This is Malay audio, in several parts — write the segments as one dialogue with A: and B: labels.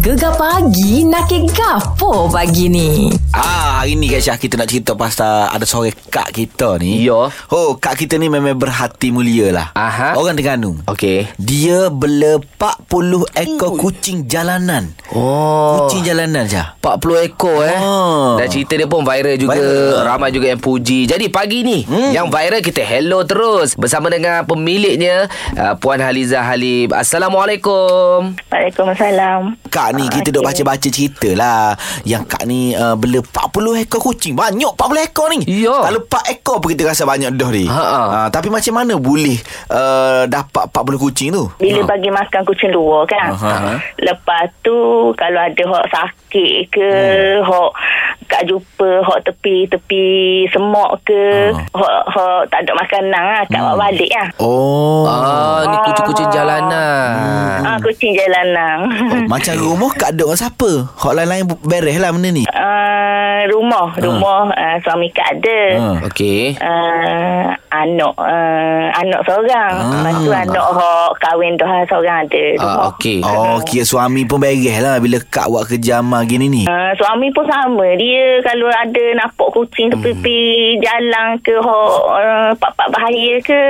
A: Gegar pagi nak ke gapo pagi ni?
B: Ah, hari ni Kak Syah kita nak cerita pasal ada seorang kak kita ni.
C: Ya.
B: Oh, kak kita ni memang berhati mulia lah.
C: Aha.
B: Orang Terengganu.
C: Okey.
B: Dia bela 40 ekor kucing jalanan.
C: Oh.
B: Kucing jalanan Syah.
C: 40 ekor eh.
B: Oh.
C: Dan cerita dia pun viral juga.
B: Viral.
C: Ramai juga yang puji. Jadi pagi ni hmm. yang viral kita hello terus bersama dengan pemiliknya uh, Puan Haliza Halim. Assalamualaikum.
D: Waalaikumsalam.
B: Kak ni
D: Ah,
B: kita duk
D: okey.
B: baca-baca cerita lah Yang kak ni uh, bela 40 ekor kucing Banyak 40 ekor ni
C: Ya.
B: Kalau 4 ekor pun kita rasa banyak dah ni
C: Ha, ha.
B: Ah, Tapi macam mana boleh uh, dapat 40 kucing tu?
D: Bila bagi makan kucing luar kan.
B: Oh. Aha.
D: Lepas tu kalau ada hok sakit ke,
B: Hmm.
D: hok kat jumpa hok tepi-tepi semak ke,
B: Ah. Hmm.
D: hok hok tak ada makanan ah, kat bawa balik ah.
B: Oh,
C: Ah, Hmm. ni kucing-kucing jalanan.
B: Hmm.
D: Ah kucing jalanan.
B: Macam rumah kak duk dengan siapa? Hak lain-lain beres lah benda ni
D: Ah rumah, rumah ah, suami kat ada.
B: Ah.
C: Okey.
D: Uh, anak uh, anak seorang
B: Ah.
D: lepas tu anak hok kahwin dah seorang ada rumah.
C: Ah, okey.
B: Oh, kira suami pun beres lah bila kak buat kerja amal gini ni.
D: Uh, suami pun sama. Dia kalau ada nampak kucing
B: Hmm.
D: tepi-tepi jalan ke hok uh, pak-pak bahaya ke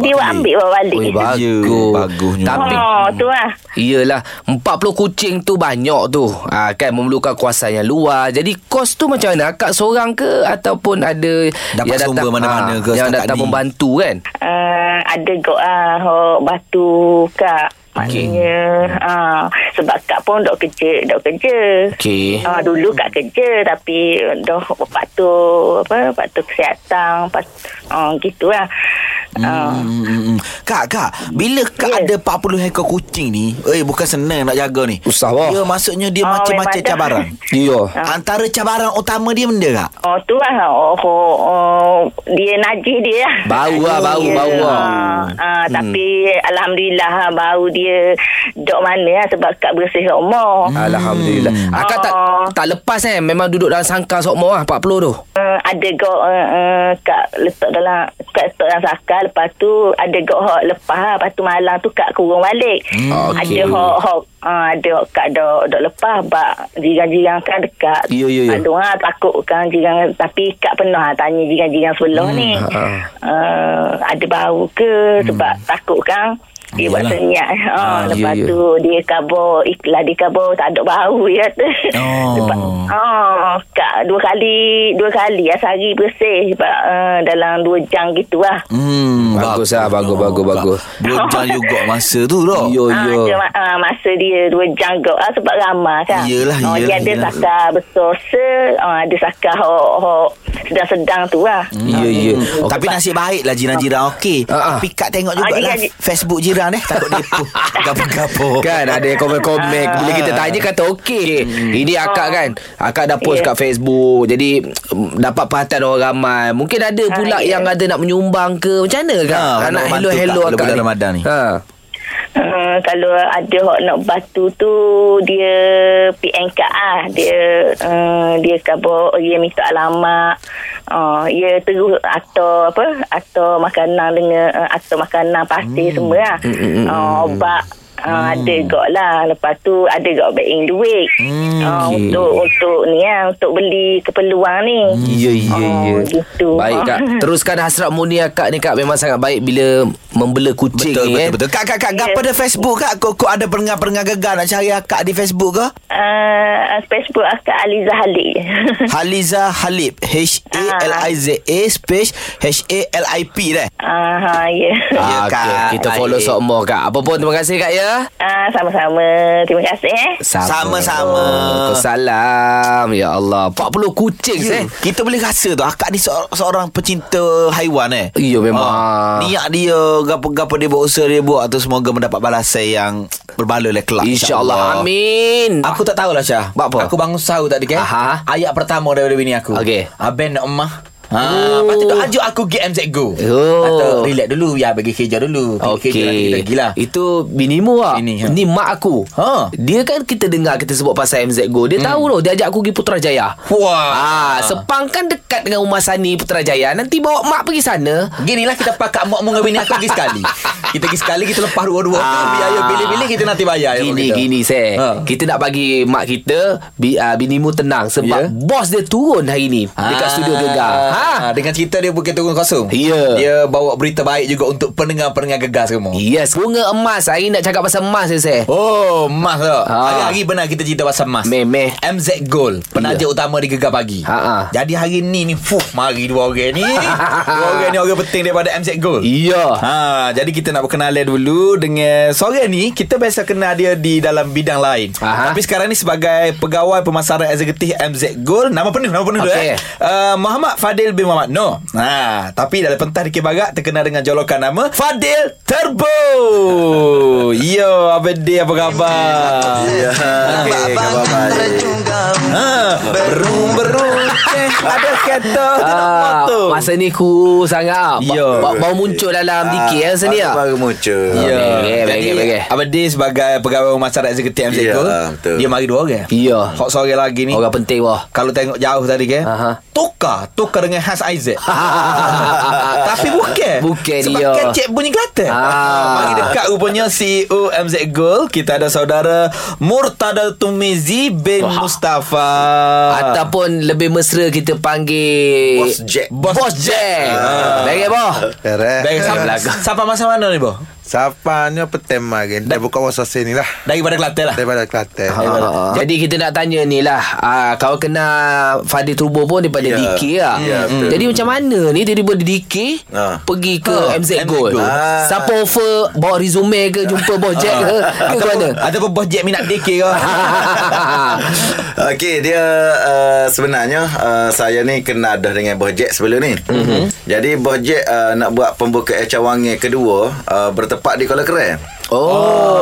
D: dia
B: Balik.
D: buat ambil bawa balik.
C: Oi, bagus. Ah.
B: Ya, bagusnya.
C: Tapi
D: oh, tu lah.
C: Iyalah 40 kucing tu banyak tu ha, Kan memerlukan kuasaan yang luar Jadi kos tu macam mana Akak seorang ke Ataupun ada
B: Dapat
C: yang
B: sumber mana-mana
C: ah,
B: ke
C: Yang
B: setakat
C: datang
B: ni?
C: membantu kan
D: Uh, ada gok ah hok batu kak. Maknanya ah sebab kak pun dok kerja, dok kerja.
C: Okey
D: Ah, dulu kat kerja tapi dah patuh apa patuh kesihatan pat, ah, gitulah. Ah.
B: Hmm, hmm, hmm. Kak, kak, bila kak
D: Ya.
B: ada 40 ekor kucing ni, eh bukan senang nak jaga ni.
C: Usah wah.
B: Ya, maksudnya dia
D: Oh,
B: macam-macam
D: memang Ah. dah.
B: cabaran.
C: Iya
B: Antara cabaran utama dia benda kak?
D: Oh tu lah oh, oh, oh, Dia najis dia lah
C: Bau lah, bau,
D: Dia,
C: bau lah.
D: ah, ah, Tapi Alhamdulillah ah, Bau dia Dok mana lah Sebab kat bersih rumah hmm.
C: Alhamdulillah Akak tak
D: Oh.
C: tak lepas eh Memang duduk dalam sangkar sokmo lah 40 tu
D: uh, Ada gok uh, uh, Kat letak dalam Kat letak dalam sakar Lepas tu Ada gok hok lepas lah. Lepas tu malam tu Kat kurung balik
C: Hmm.
D: Ada
C: Okey.
D: hok hok uh, Ada hok kat dok, dok lepas Bak jiran-jiran kan dekat
C: Ya, ya, ya.
D: Aduh ha, takut kan jiran Tapi Kak pernah ha, tanya jiran-jiran sebelah hmm. ni
C: ha, ha.
D: uh, Ada bau ke Sebab takut kan dia buat
B: Yalah.
D: senyap
C: Hmm. Ah,
D: ha, Lepas
C: ya, ya.
D: tu Dia kabur Iklan dia kabur Tak ada bau ya tu
B: Oh.
D: Lepas, oh Kak dua kali Dua kali lah Sehari bersih Sebab uh, Dalam dua jam gitu lah
B: Hmm,
C: Bagus lah, bagus, bagus, bagus.
B: Bojang juga masa tu tu.
C: Yo
D: Ah,
C: yo
D: dia, ah, masa dia dua jam kot ah, sebab ramah kan.
B: Yelah,
D: oh,
B: yelah,
D: Dia ada
B: yelah.
D: sakar besar se, ah, ada sakar hok hok sedang-sedang tu lah. Hmm.
C: Ya ya
B: Okay. Tapi nasib baik lah jiran-jiran okey.
C: Ah, ah.
B: Tapi kak tengok
D: Ah,
B: jugalah
D: jiran-
B: Facebook jiran eh. Takut dia pun gapo-gapo.
C: Kan ada yang komen-komen Bila kita
B: Ah.
C: tanya kata okey hmm. Ini akak kan Akak dah post yeah.
D: Ya.
C: kat Facebook Jadi mm, Dapat perhatian orang ramai Mungkin ada pula
D: ya.
C: yang ada nak menyumbang ke Macam mana
B: Ha,
C: kak? Ha, nak
B: Ah, nak bantu
C: hello-hello
B: Kak
C: akak
B: bila bulan Ramadan ni.
C: Ha.
D: Uh, kalau ada hok nak batu tu dia PM kat ah dia uh, dia kabur dia minta alamat uh, dia terus atau apa atau makanan dengan uh, atau makanan pasir hmm. semua lah uh, obat Uh, hmm. ada gak lah lepas tu ada gak baik duit hmm, uh,
C: okey.
D: untuk untuk ni lah untuk beli keperluan ni
C: Ya ya
D: Oh,
C: ya
D: gitu.
C: Baik kak Teruskan hasrat murni akak ni kak Memang sangat baik Bila membela kucing
B: Betul,
C: ni
B: betul,
C: eh.
B: betul. Kak, kak, kak, gapo ada Facebook kak? Kok, kok ada perengah-perengah gegar nak cari akak di Facebook ah? ke?
C: Hmm.
D: uh, Facebook akak Aliza Halik
B: Haliza Halib H A L I Z A space H A L I P dah.
D: uh, ha, ya yeah.
B: Ya,
C: Ah,
B: Kak.
C: okey. Kita follow
B: Baik.
C: sok more kak Apa pun terima kasih kak ya
D: Ah, sama-sama. Terima kasih eh.
B: Sama-sama.
C: Salam Ya Allah 40 kucing
B: Ya,
C: eh
B: Kita boleh rasa tu Akak ni seorang, seorang pecinta haiwan eh
C: Ya, memang.
B: Ah, Niat dia Gapa-gapa dia buat usaha dia buat tu Semoga mendapat balasan yang Berbaloi oleh kelak
C: InsyaAllah Amin
E: Aku tak tahulah Syah
C: Buat apa?
E: Aku bangun sahur tadi kan
C: Aha.
E: Ayat pertama daripada bini aku
C: Okey.
E: Abang nak emah
B: Ha, lepas tu duk ajuk aku GM cikgu.
C: Oh.
B: Atau relax dulu ya bagi kerja dulu. Kerja nanti kita pergi lah.
C: Itu binimu lah
B: Bini, ha.
C: Bini, Ni mak aku
B: Ha.
C: Dia kan kita dengar Kita sebut pasal MZ Go Dia hmm. tahu loh Dia ajak aku pergi Putrajaya
B: Wah.
C: ah, Sepang kan dekat dengan rumah Sani Putrajaya Nanti bawa mak pergi sana
B: Ginilah kita pakat mak mu dengan bini aku pergi sekali. Kita pergi sekali kita lepas dua-dua. Ah. Biaya pilih-pilih kita nanti bayar. ya,
C: Gini
B: kita.
C: gini saya
B: Ha.
C: Kita nak bagi mak kita bi, uh, Binimu tenang
B: Ya. Ah.
C: Sebab bos dia turun hari ni Dekat studio Gegar ha.
B: ha. Dengan cerita dia bukan turun kosong
C: Ya.
B: Dia bawa berita baik juga Untuk pendengar-pendengar gegar semua
C: Yes Bunga emas Hari ni nak cakap pasal emas saya saya
B: Oh Mas tak
C: Ha.
B: Hari-hari benar kita cerita pasal Mas
C: Memeh.
B: MZ Gold Penaja
C: Ya.
B: utama di Gegar Pagi
C: Ha, ha.
B: Jadi hari ni ni Fuh mari dua orang ni Dua orang ni orang penting daripada MZ Gold
C: Ya. Iya
B: Ha, jadi kita nak berkenalan dulu dengan seorang ni kita biasa kenal dia di dalam bidang lain.
C: Aha.
B: Tapi sekarang ni sebagai pegawai pemasaran eksekutif MZ Gold, nama penuh nama penuh
C: Okey.
B: okay. eh. Uh, Muhammad Fadil bin Muhammad No. Ha, tapi dalam pentas di Kibagak terkenal dengan jolokan nama Fadil Turbo. Yo, apa dia apa khabar? Ya.
F: Okey, khabar baik.
B: Ha, berung berung eh, ada kereta, ada
C: Ah,
B: motor.
C: masa ni ku sangat ah. ba-
B: Ya.
C: ba- Baru muncul
G: Ah,
C: dalam dikit
B: eh,
C: ya Sini ya
F: Baru muncul.
C: Ya. Bagai,
B: Jadi
C: bagai, bagai.
B: Abadi sebagai pegawai pemasaran eksekutif MZ
F: Ya,
B: yeah,
F: betul.
B: Dia mari dua orang
C: Ya.
B: Hak seorang lagi ni
C: Orang penting wah
B: Kalau tengok jauh tadi kan
C: Aha.
B: Tukar Tukar dengan Has Isaac Tapi bukan
C: Bukan
B: Sebab
C: dia.
B: kan cik bunyi Kelantan
C: Ah.
B: Mari dekat rupanya E CEO MZ Gold Kita ada saudara Murtada Tumizi bin Mustafa Ah.
C: Ataupun lebih mesra kita panggil
F: Bos Jack.
C: Bos, Bos Jack ah. Lagi boh
H: eh?
B: Dari
F: Keren.
B: sampai,
C: belakang.
B: sampai masa mana ni boh?
F: Sapannya petema kan. Dah buka wasa sini lah.
B: Daripada Kelantan lah
F: Daripada Kelantan.
C: Ah. Jadi kita nak tanya ni lah ah, Kau kenal Fadil Turbo pun Daripada
F: Ya.
C: yeah. DK lah
F: Ya, betul.
C: Jadi macam mana ni Tiba-tiba dari DK
F: Ah.
C: Pergi ke
B: Ah,
C: MZ
B: MZ
C: Gold
B: Gold.
F: Ah.
C: Siapa offer Bawa resume ke Jumpa Bos Jack ke Ke Macam mana
B: Ataupun bos Jack minat DK ke
G: Okey, dia uh, sebenarnya uh, saya ni kenal dah dengan Bos Jack sebelum ni. Mm-hmm.
B: Mhm.
G: Jadi Bos Jack uh, nak buat pembukaan cawangan kedua uh, bertepat di Kuala Keren.
C: Oh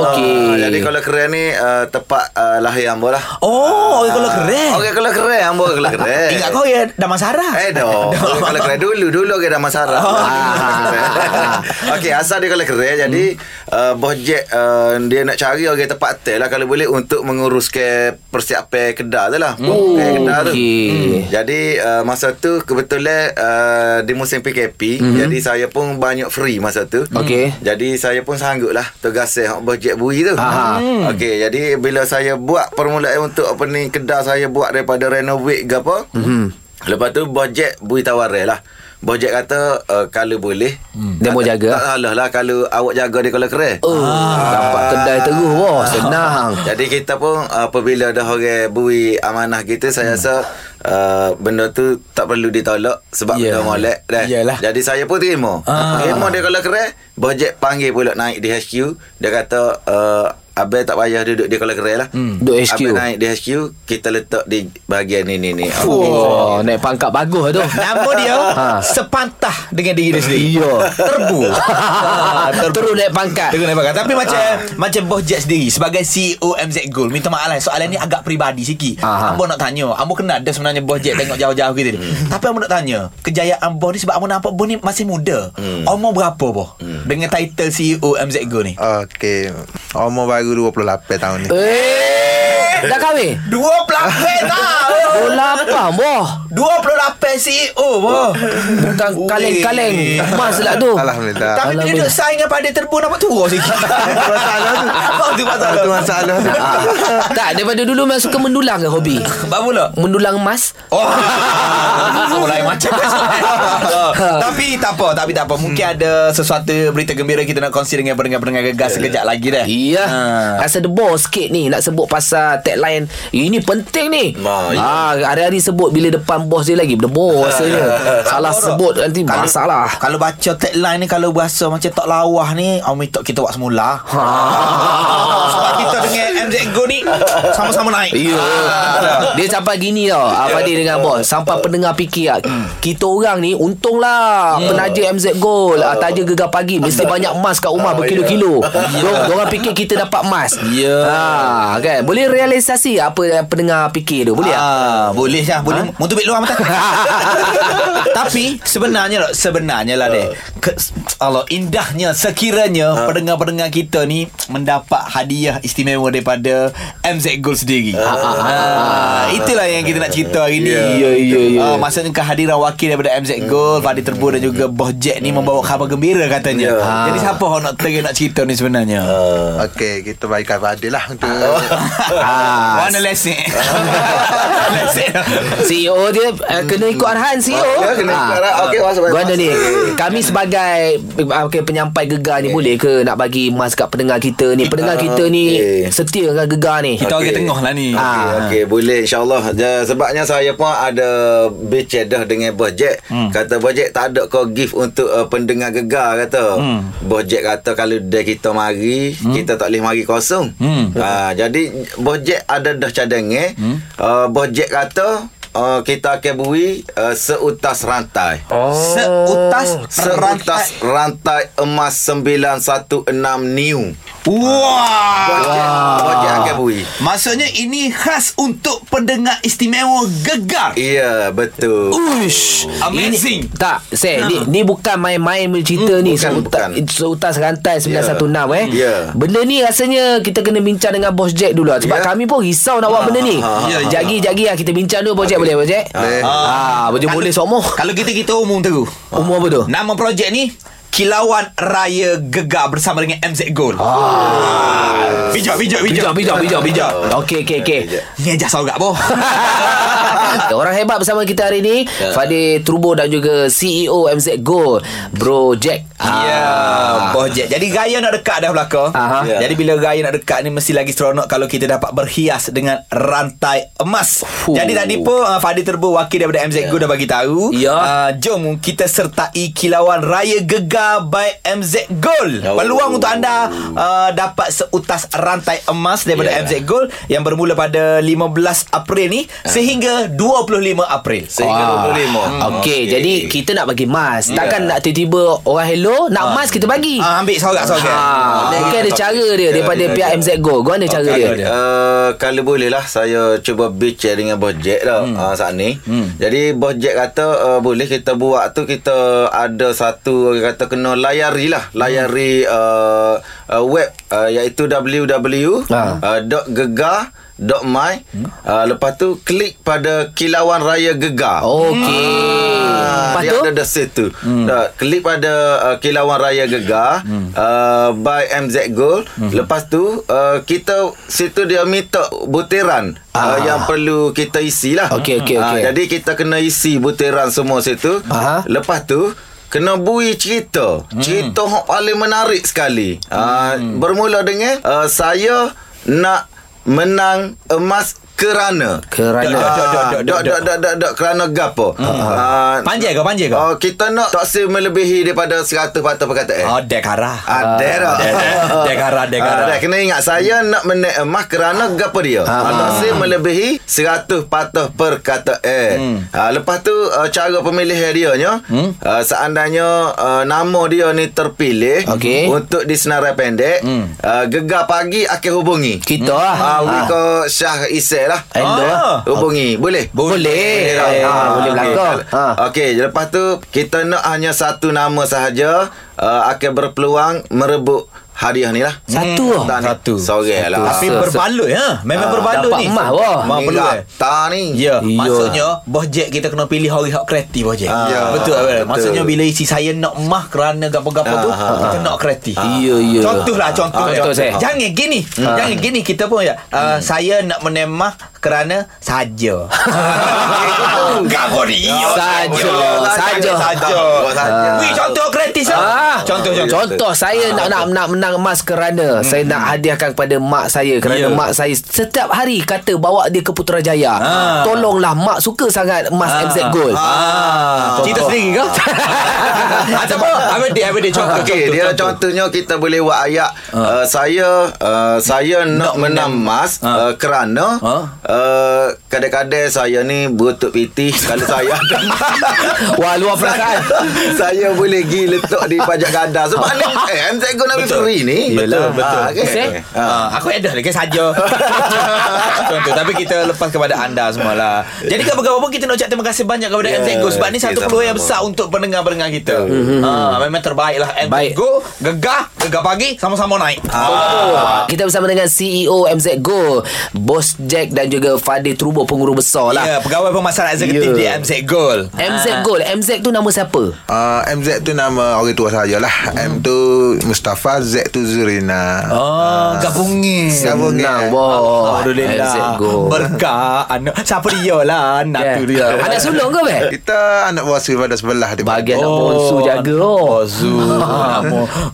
G: Ah,
C: okay.
G: jadi Kuala Keren ni uh, tepat uh, lahir ambo lah.
B: Oh, orang Kuala Keren.
G: Okey, Kuala Keren ambo Kuala Keren.
B: Ingat kau ya Damas Sarah.
G: Eh dah Orang Kuala Kerai dulu Dulu ke dah masalah
C: Ah.
G: Okey asal dia Kuala Kerai Jadi uh, Bos Jack uh, Dia nak cari orang tempat hotel lah Kalau boleh untuk mengurus ke Persiapan kedai tu lah
C: Oh,
G: Eh, kedai tu
C: okey.
G: Hmm. Jadi uh, masa tu Kebetulan uh, Di musim PKP Jadi saya pun banyak free masa tu
C: Mhm. Okey.
G: Jadi saya pun sanggup lah Tugasnya hak Bos Jack bui tu Ha.
C: Aha. Hmm.
G: Okey jadi bila saya buat permulaan untuk apa ni kedai saya buat daripada renovate ke apa. Mm-hmm.
C: Mhm.
G: Lepas tu Bos Jack beri tawaran lah. Bos Jack kata uh, kalau boleh hmm.
C: Dia mau jaga?
G: Tak salah lah kalau awak jaga di Kuala Kerai.
C: Oh, dapat kedai terus wah senang.
G: Jadi kita pun uh, apabila dah orang beri amanah kita
C: Hmm.
G: saya rasa uh, benda tu tak perlu ditolak
B: Ya.
G: sebab yeah. benda molek dah.
B: Yalah.
G: Jadi saya pun terima.
B: Ah.
G: Ah. Terima dia kalau keren, Bojek panggil pula naik di HQ, dia kata uh, Abang tak payah duduk di kalau keren lah hmm.
C: Duduk HQ.
G: Abang naik di HQ Kita letak di bahagian ni ni ni
C: Wah, naik pangkat bagus lah tu.
B: Nama dia
C: Ha.
B: sepantah dengan diri dia sendiri.
C: Iya.
B: Terbu.
C: Ah, Terus naik pangkat.
B: Terus nampak. kan? Tapi macam
C: Ah.
B: macam Bos Jack sendiri sebagai E CEO MZ Gold. Minta maaf lah soalan ni agak peribadi sikit.
C: Aha.
B: Ambo nak tanya. Ambo kenal dah sebenarnya Bos Jack tengok jauh-jauh kita ni.
C: Hmm.
B: Tapi ambo nak tanya, kejayaan Bos ni sebab ambo nampak Bos ni masih muda.
C: Hmm.
B: Umur berapa Bos? Dengan title E CEO MZ Gold ni?
H: Okey. Umur baru 28 tahun ni.
C: Eh, dah kahwin?
B: 28 tahun.
C: Bola apa, wah.
B: 28 CEO E Wah
C: Bukan kaleng-kaleng emas lah tu.
H: Alhamdulillah.
B: Tapi bila duduk saing dengan pada terbu Nampak turun sikit Masalah tu Apa tu masalah
H: Itu masalah.
C: Ah. tak, daripada dulu memang suka mendulang ke hobi?
B: Bab pula
C: Mendulang emas?
B: Oh, Aku lain macam Oh, Tapi tak apa Tapi tak apa Mungkin ada sesuatu Berita gembira kita nak kongsi Dengan pendengar-pendengar gegar Sekejap lagi dah
C: Iya
B: Ha.
C: Ah. Rasa debor sikit ni Nak sebut pasal tagline Ini penting ni
G: Ma, ya.
C: ah, Hari-hari sebut Bila depan bos dia lagi Debor rasanya Salah
B: Kalau-
C: sebut nanti lah. Masalah
B: Kalau baca tagline ni Kalau berasa macam tak lawah ni Orang minta kita buat semula Ha. Sebab kita dengan MZ Go ni Sama-sama naik Ah,
C: Ya Dia sampai gini tau ah, Fadil dengan bos Sampai pendengar fikir ah, Kita orang ni Untunglah Penaja MZ Gold ah, Taja gegar pagi Mesti banyak emas kat rumah Berkilo-kilo Dor- Diorang fikir kita dapat emas Ya ah, kan? Boleh reali- sensasi apa yang pendengar fikir tu. Boleh tak?
B: Ah, boleh Syah Boleh ha? Muntuk bit luar mata Tapi Sebenarnya lah Sebenarnya lah deh Ke, Allah Indahnya Sekiranya
C: Ha.
B: Pendengar-pendengar kita ni Mendapat hadiah istimewa Daripada MZ Gold sendiri
C: Ha,
B: ah, Itulah yang kita nak cerita hari ni
C: Ya, ya, ya.
B: Ah, Maksudnya kehadiran wakil Daripada MZ Gold Fadi Terbu dan juga Boh Jack
C: Hmm.
B: ni Membawa khabar gembira katanya
G: Ya.
C: Ah.
B: Jadi siapa orang nak terik nak cerita ni sebenarnya
H: Okey, kita baikkan Fadil lah untuk
B: Ah, Warna lesik Lesik
C: CEO dia uh, kena ikut arahan CEO.
G: Ya, kena ikut
C: Ah.
G: arahan. Okey, masuk,
C: Gua
G: masuk.
C: ada ni. Kami sebagai ah, okay, penyampai gegar ni boleh ke nak bagi emas kat pendengar kita ni? Pendengar kita ni
G: Ah, Okey.
C: setia dengan gegar ni.
B: Kita orang tengah lah ni
C: Ah.
G: Okey, okey, boleh insyaAllah Ja- Sebabnya saya pun ada bercedah dengan Bojek hmm. Kata Bojek tak ada kau gift untuk uh, pendengar gegar kata hmm. Bojek kata kalau dia kita mari hmm. Kita tak boleh mari kosong hmm. ha, Jadi Bojek ada dah cadangan hmm. uh, Bojek kata uh, kita akan beri uh, seutas rantai
B: Oh. Seutas
G: Serantas rantai emas 916 new
B: Wah
G: Bojek, Bojek akan beri
B: Maksudnya ini khas untuk pendengar istimewa gegar
G: Iya betul
C: Ush.
B: Amazing
C: Ini, tak, saya ni, ni bukan main-main punya cerita ni.
G: bukan,
C: Seutas,
G: bukan. Ya.
C: seutas rantai 916 yeah. eh.
G: Yeah.
C: Benda ni rasanya kita kena bincang dengan Bos Jack dulu lah. Sebab
G: Yeah.
C: kami pun risau nak buat benda ni.
G: Ah,
B: ya, ya.
C: Jagi-jagi lah kita bincang dulu Bos Jack boleh Bos Jack?
H: Boleh.
C: Ah, boleh boleh semua.
B: Kalau kita kita umum terus
C: Umur apa tu?
B: Nama projek ni Kilauan Raya Gegar bersama dengan MZ Gold. Ah. Bijak, bijak, bijak.
C: Bijak, bijak, bijak, bijak. Okey, okey, okey.
B: Ni aja sorang boh.
C: Orang hebat bersama kita hari ni
B: Ya.
C: Fadil Trubo dan juga E CEO MZ Gold Bro Jack
B: Ya, Boh Jack. Jadi gaya nak dekat dah belaka.
C: Ah. Aha.
B: Ya. Jadi bila gaya nak dekat ni mesti lagi seronok kalau kita dapat berhias dengan rantai emas.
C: Fuh.
B: Jadi tadi pun uh, Fadi Terbu wakil daripada MZ Go dah bagi tahu.
C: Ya.
B: Uh, jom kita sertai kilauan raya gegar by MZ Gold.
G: Oh.
B: Peluang untuk anda uh, dapat seutas rantai emas daripada
G: Ya.
B: MZ Gold yang bermula pada 15 April ni sehingga 25 April.
G: Sehingga 25
B: Hmm.
C: Okey, okay. jadi kita nak bagi mas. Takkan nak tiba-tiba orang hello nak mas kita bagi.
B: Ya. Ah, ambil sorak-sorak.
C: Ha, mungkin ada cara dia daripada pihak MZ Go. Kau ada cara dia.
G: Uh, kalau boleh lah saya cuba bincang dengan Bos Jack dah hmm. uh, saat ni. Hmm. Jadi Bos Jack kata uh, boleh kita buat tu kita ada satu orang kata kena layari lah. Layari hmm. uh, uh, web uh, iaitu Ah. uh, www.gegar.my uh, lepas tu klik pada kilauan raya gegar.
C: Okey.
G: Ah,
C: Lepas
G: dia
C: tu
G: ada dah set tu. Hmm. Dah, klik pada uh, Kilauan Raya Gegar hmm. uh, by MZ Gold. Hmm. Lepas tu uh, kita situ dia minta butiran ah. uh, yang perlu kita isi lah.
C: Okey, okey,
G: Ah,
C: okey.
G: jadi kita kena isi butiran semua situ.
C: Aha.
G: Lepas tu Kena bui cerita
B: Hmm.
G: Cerita yang paling menarik sekali Ah, Bermula dengan uh, Saya nak menang emas kerana
C: kerana
B: Dok, dok, dok,
G: Ah,
B: dok, Hmm.
G: Dok dok dok dok dok kerana gapo? Ah,
B: Panjai kau, panjai kau.
G: Oh, kita nak taksir melebihi daripada 100 patah perkataan.
B: Oh, dekara.
C: Ah,
G: Ada Ah, dah.
B: Ah, dekara, dekara.
G: Ah, dah, kena ingat saya nak menaik emas kerana gapo dia. Ah, taksir melebihi 100 patah perkataan.
C: Hmm.
G: Ah, lepas tu ah, cara pemilihan dia nya ah, seandainya ah, nama dia ni terpilih
C: Okey. Hmm.
G: untuk disenarai pendek, ah, gegar pagi akan hubungi.
C: kita lah.
G: Ah, we
C: Ah.
G: ke Syah Isel lah.
C: Endo
B: Ah.
C: lah.
G: Hubungi Boleh?
C: Boleh. Ah,
G: lah. Ah,
C: boleh
G: okey.
C: belakang. Ah.
G: Okey Lepas tu Kita nak hanya satu nama sahaja uh, Akan berpeluang Merebut hadiah ni lah
C: Satu
G: Hmm, tak
C: lah.
G: ni.
B: Satu.
G: Sorang lah
B: Tapi
C: Rasa-
B: berbaloi ya. Memang
G: Ah,
B: berbaloi
C: dapat
B: ni.
C: emas, wah.
B: Memang
G: Ni
B: perlu eh.
G: gata ni
B: Ya,
C: Iya.
B: maksudnya Bos Jack kita kena pilih hari hak kreatif Bos Jack.
G: Ya,
B: betul, betul.
G: betul.
B: Maksudnya bila isi saya nak mah kerana gapo-gapo tu
G: Ah, ah,
B: kita nak kreatif.
C: Ya, ya.
B: Contohlah contoh.
C: Ah, contoh, saya. Ah. Hmm.
B: Jangan gini. Jangan gini kita pun ya. Uh, saya nak menemah kerana saja. Gapo ni.
C: Saja, saja.
B: Saja. Ah.
G: Buat saja.
B: Wih, contoh kreatif. so.
C: Ah.
B: Contoh
G: ya.
B: contoh.
C: Contoh
B: Ah,
C: saya nak nak nak menang emas kerana saya nak hadiahkan kepada mak saya kerana
B: Hmm, Ya.
C: mak saya setiap hari kata bawa dia ke Putrajaya. Tolonglah mak suka sangat emas MZ Gold.
B: Ah. Cerita sendiri ke? Atau apa? Apa dia? Apa dia? Contoh.
G: Okey, dia contohnya kita boleh buat ayat uh, saya uh, saya nak menang emas uh, kerana
B: Ah.
G: uh, kadang-kadang saya ni berutut piti kalau saya ada emas.
C: Wah luar perasaan.
G: saya boleh pergi letak letak di pajak gada. Sebab ni eh, MZ Go Nabi Furi ni.
B: Betul, betul.
G: Ah, kan?
C: Betul.
B: Ah, aku edah lagi saja. Contoh tapi kita lepas kepada anda semualah. Jadi ke apa kita nak ucap terima kasih banyak kepada
G: Ya,
B: yeah, MZGO sebab ni
G: okey,
B: satu peluang yang
G: sama-sama.
B: besar untuk pendengar-pendengar kita. Ah, memang terbaiklah
C: Baik.
B: MZGO gegah, gegah pagi sama-sama naik. Oh, ya,
C: Ah. Kita bersama dengan CEO MZ Go Bos Jack dan juga Fadil Trubo Pengurus
B: Ya, Ah.
C: besar lah
B: yeah, pegawai pemasaran eksekutif
C: Ya.
B: yeah. di MZ Gold.
C: MZ Gold MZ tu nama siapa?
H: Uh, MZ tu nama orang tua saya lah. M tu Mustafa, Z tu Zurina.
B: Oh, gabungin.
H: Gabungin.
C: Senang
H: eh.
C: bos
B: Alhamdulillah.
C: MZ Gold
B: Berkah anak siapa dia lah anak tu dia.
C: yeah. Anak sulung ke Bek?
H: Kita anak buah daripada sebelah dia.
C: Bahagian nak bonsu jaga oh.
B: Bonsu Ah,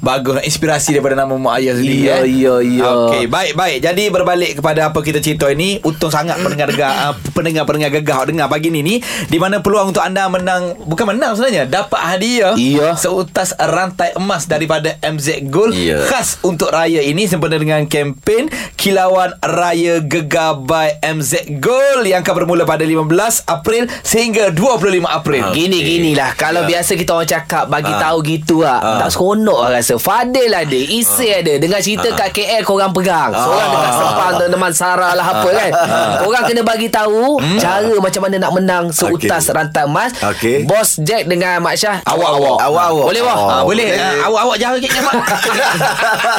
B: Bagus Inspirasi daripada nama mak ayah sendiri
C: Ya,
B: eh.
C: ya, ya.
B: Okey baik baik Jadi berbalik kepada apa kita cerita ini Untung sangat ah, pendengar-pendengar Pendengar-pendengar gegah awak Dengar pagi ni ni Di mana peluang untuk anda menang Bukan menang sebenarnya Dapat hadiah
C: Iya.
B: Seutas rantai emas daripada MZ Gold
G: Iya.
B: Khas untuk raya ini Sempena dengan kempen Kilauan Raya Gegah by MZ Gold Yang akan bermula pada 15 April Sehingga 25 April Ya.
C: Gini gini lah Kalau biasa kita orang cakap Bagi tahu gitu lah Tak seronok lah rasa Fadil ada Isi ada Dengar cerita kat KL Korang pegang Seorang dekat Sepang Teman Sarah lah apa kan Korang kena bagi tahu Cara macam mana nak menang Seutas
G: Okey.
C: rantai emas
G: Okey.
C: Bos Jack dengan Mak Syah
B: Awak-awak.
G: Awak-awak.
C: Oh, Boleh wah
B: Ah, boleh. Ah, awak-awak jangan kek nyamak.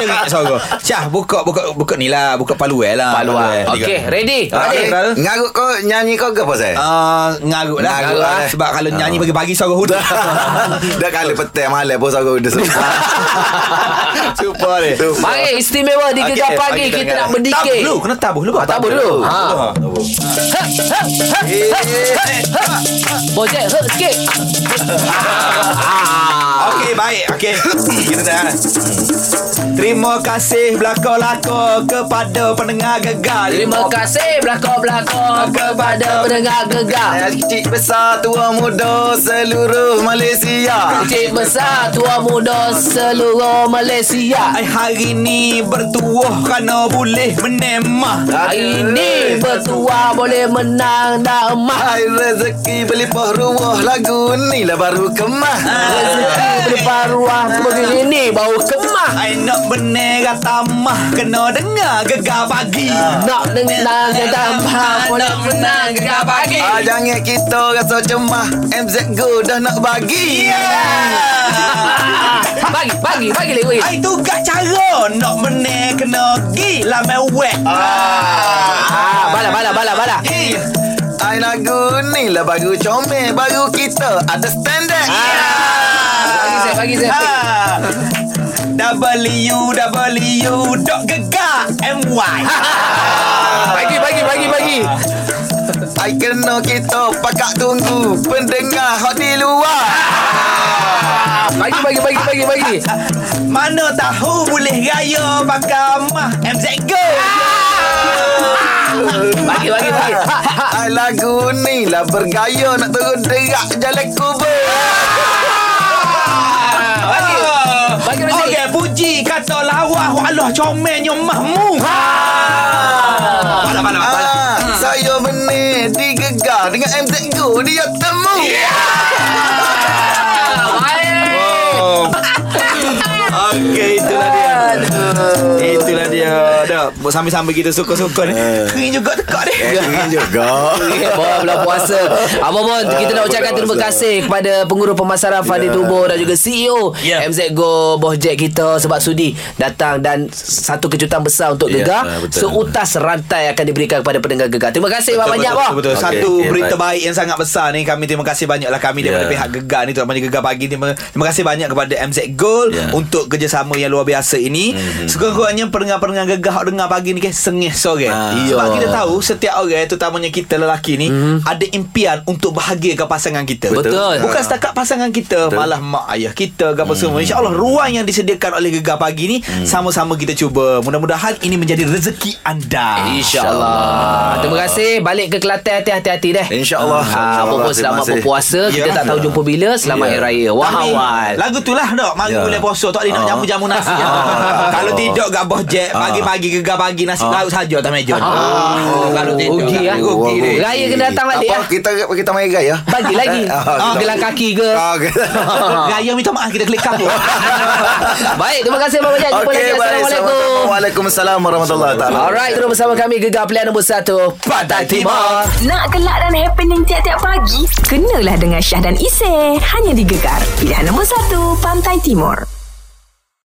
B: Cengik sorok. Syah, buka buka buka ni lah, buka palu eh lah.
C: Paluan Ah. Okey ready
B: Okey.
C: Fadil
B: Fadil.
G: Ngarut kau nyanyi kau ke apa saya?
B: Ah, ngarut lah.
G: Ngarut lah.
B: Sebab kalau
C: eh.
B: nyanyi pagi-pagi sorok hudu.
G: Dah kali petang malam pun sorang dah sempat.
B: Cuba ni.
G: Super.
C: Mari istimewa di
B: Okey,
C: Gegar pagi
B: mari kita
C: Kita
B: dengar.
C: nak berdikir
B: Tabuh dulu, kena tabuh dulu.
C: Ah, tabuh dulu. Ha. Bos Jack hurt sikit Ah.
B: Ah. Okey, baik. Okey. Kita dah. Terima kasih belaka-laka kepada pendengar gegar.
C: Terima kasih belakang-belakang kepada pendengar gegar.
G: Saya kecil besar tua muda seluruh Malaysia.
C: Kecil besar tua muda seluruh Malaysia.
B: Ai hari ni bertuah kerana boleh menemah.
C: Hari ini bertuah boleh menang dan emas.
G: Hai rezeki berlimpah ruah lagu ni lah baru kemah.
B: Ah.
C: Rezeki berparuah begini bau kemah.
B: I nak benera tamah Kena dengar gegar pagi
C: Nak dengar tambah boleh menang gegar pagi.
G: Ah, jangan kita rasa cemah MZ Go dah nak bagi
B: Ya.
C: Bagi, bagi, bagi lagi.
B: I tukar cara Nak benar kena gi lah mewek
C: Ah, bala, bala, bala, bala.
B: Eh,
G: Hai lagu ni lah baru comel Baru kita ada standard
C: Bagi saya, bagi saya.
B: ah. www.gegar.my
C: Bagi, bagi, bagi, bagi.
G: Hai kena kita pakak tunggu Pendengar hot di luar
C: Bagi, bagi, bagi, bagi, bagi.
B: Mana tahu boleh raya pakai mah MZ Go
C: Ah. Bagi, bagi, bagi. Ha, ha.
G: Hai lagu ni lah bergaya Nak turun derak jalan kubur
C: Bagi. Bagi rezeki.
B: Ah. Okey, puji kata lawa Allah comelnya mahmu. Ha. Bala, bala, bala.
G: ah,
C: Hmm.
G: Saya benih digegar Dengan MZ Go dia temu
B: Oh. Okey, itulah dia. Itulah dia. Dah, sambil-sambil kita suka-suka ni. Kering juga tekak ni.
G: juga
C: Abang bulan puasa Abang Bon Kita nak ucapkan
G: Bulan
C: terima
G: puasa.
C: kasih Kepada pengurus pemasaran Fadil Turbo Dan juga E CEO
B: Ya.
C: MZ Go Bos Jack kita Sebab sudi Datang dan Satu kejutan besar Untuk
G: Ya,
C: Gegar
G: ah, betul.
C: Seutas rantai Akan diberikan kepada pendengar Gegar Terima kasih Abang banyak
B: betul,
C: Abang
B: betul, betul.
G: Okey,
B: Satu
G: okey,
B: berita
G: baik.
B: baik yang sangat besar ni Kami terima kasih banyaklah Kami daripada
G: Ya.
B: pihak Gegar ni Terutamanya Gegar Pagi Terima, terima kasih banyak kepada MZ Gold
G: Ya. Mhm.
B: Untuk kerjasama yang luar biasa ini mm-hmm. Sekurang-kurangnya pendengar-pendengar Gegar Hak dengar pagi ni kan Sengih sore
G: Ah.
B: Sebab
G: Iya. Mhm.
B: kita tahu Setiap orang Terutamanya kita lelaki ni Ada impian Untuk bahagiakan pasangan kita
C: Betul.
B: Bukan setakat pasangan kita Betul. Malah mak ayah kita ke
G: Hmm.
B: apa semua InsyaAllah ruang yang disediakan oleh Gegar Pagi ni Sama-sama kita cuba Mudah-mudahan ini menjadi rezeki anda
C: InsyaAllah Terima kasih Balik ke Kelantan hati- Hati-hati deh
G: InsyaAllah.
C: ha, Apa
G: InsyaAllah,
C: pun selamat
G: terima kasih.
C: berpuasa Kita
B: Ya.
C: tak tahu jumpa bila Selamat Hari Raya
B: Tapi,
C: Wahawan
B: Lagu tu lah dok Mari
G: Ya.
B: yeah. boleh poso Tak boleh nak
G: Ah.
B: jamu-jamu nasi
G: Ah.
B: Kalau tidak gak boh jek Pagi-pagi gegar pagi nasi laut saja atas
G: Ah.
B: meja.
C: Oh,
B: Kalau tidak.
C: rugi ah.
H: Rugi
C: Rugi.
H: dia.
C: Raya kena datang balik
H: Apa
C: ah.
H: kita kita main gaya?
C: Bagi lagi.
H: Ah,
C: Gelang kaki ke.
H: Ah, kita.
B: Raya minta maaf kita klik kamu.
C: Baik, terima kasih Abang Bajak. Jumpa lagi.
H: Okey, baik.
C: Assalamualaikum.
H: Assalamualaikum. Waalaikumsalam warahmatullahi taala.
C: Alright, terus bersama kami Gegar Pilihan nombor 1 Pantai Timur.
A: Nak gelak dan happening tiap-tiap pagi? Kenalah dengan Syah dan Isy. Hanya di Gegar. Pilihan nombor 1, Pantai Timur.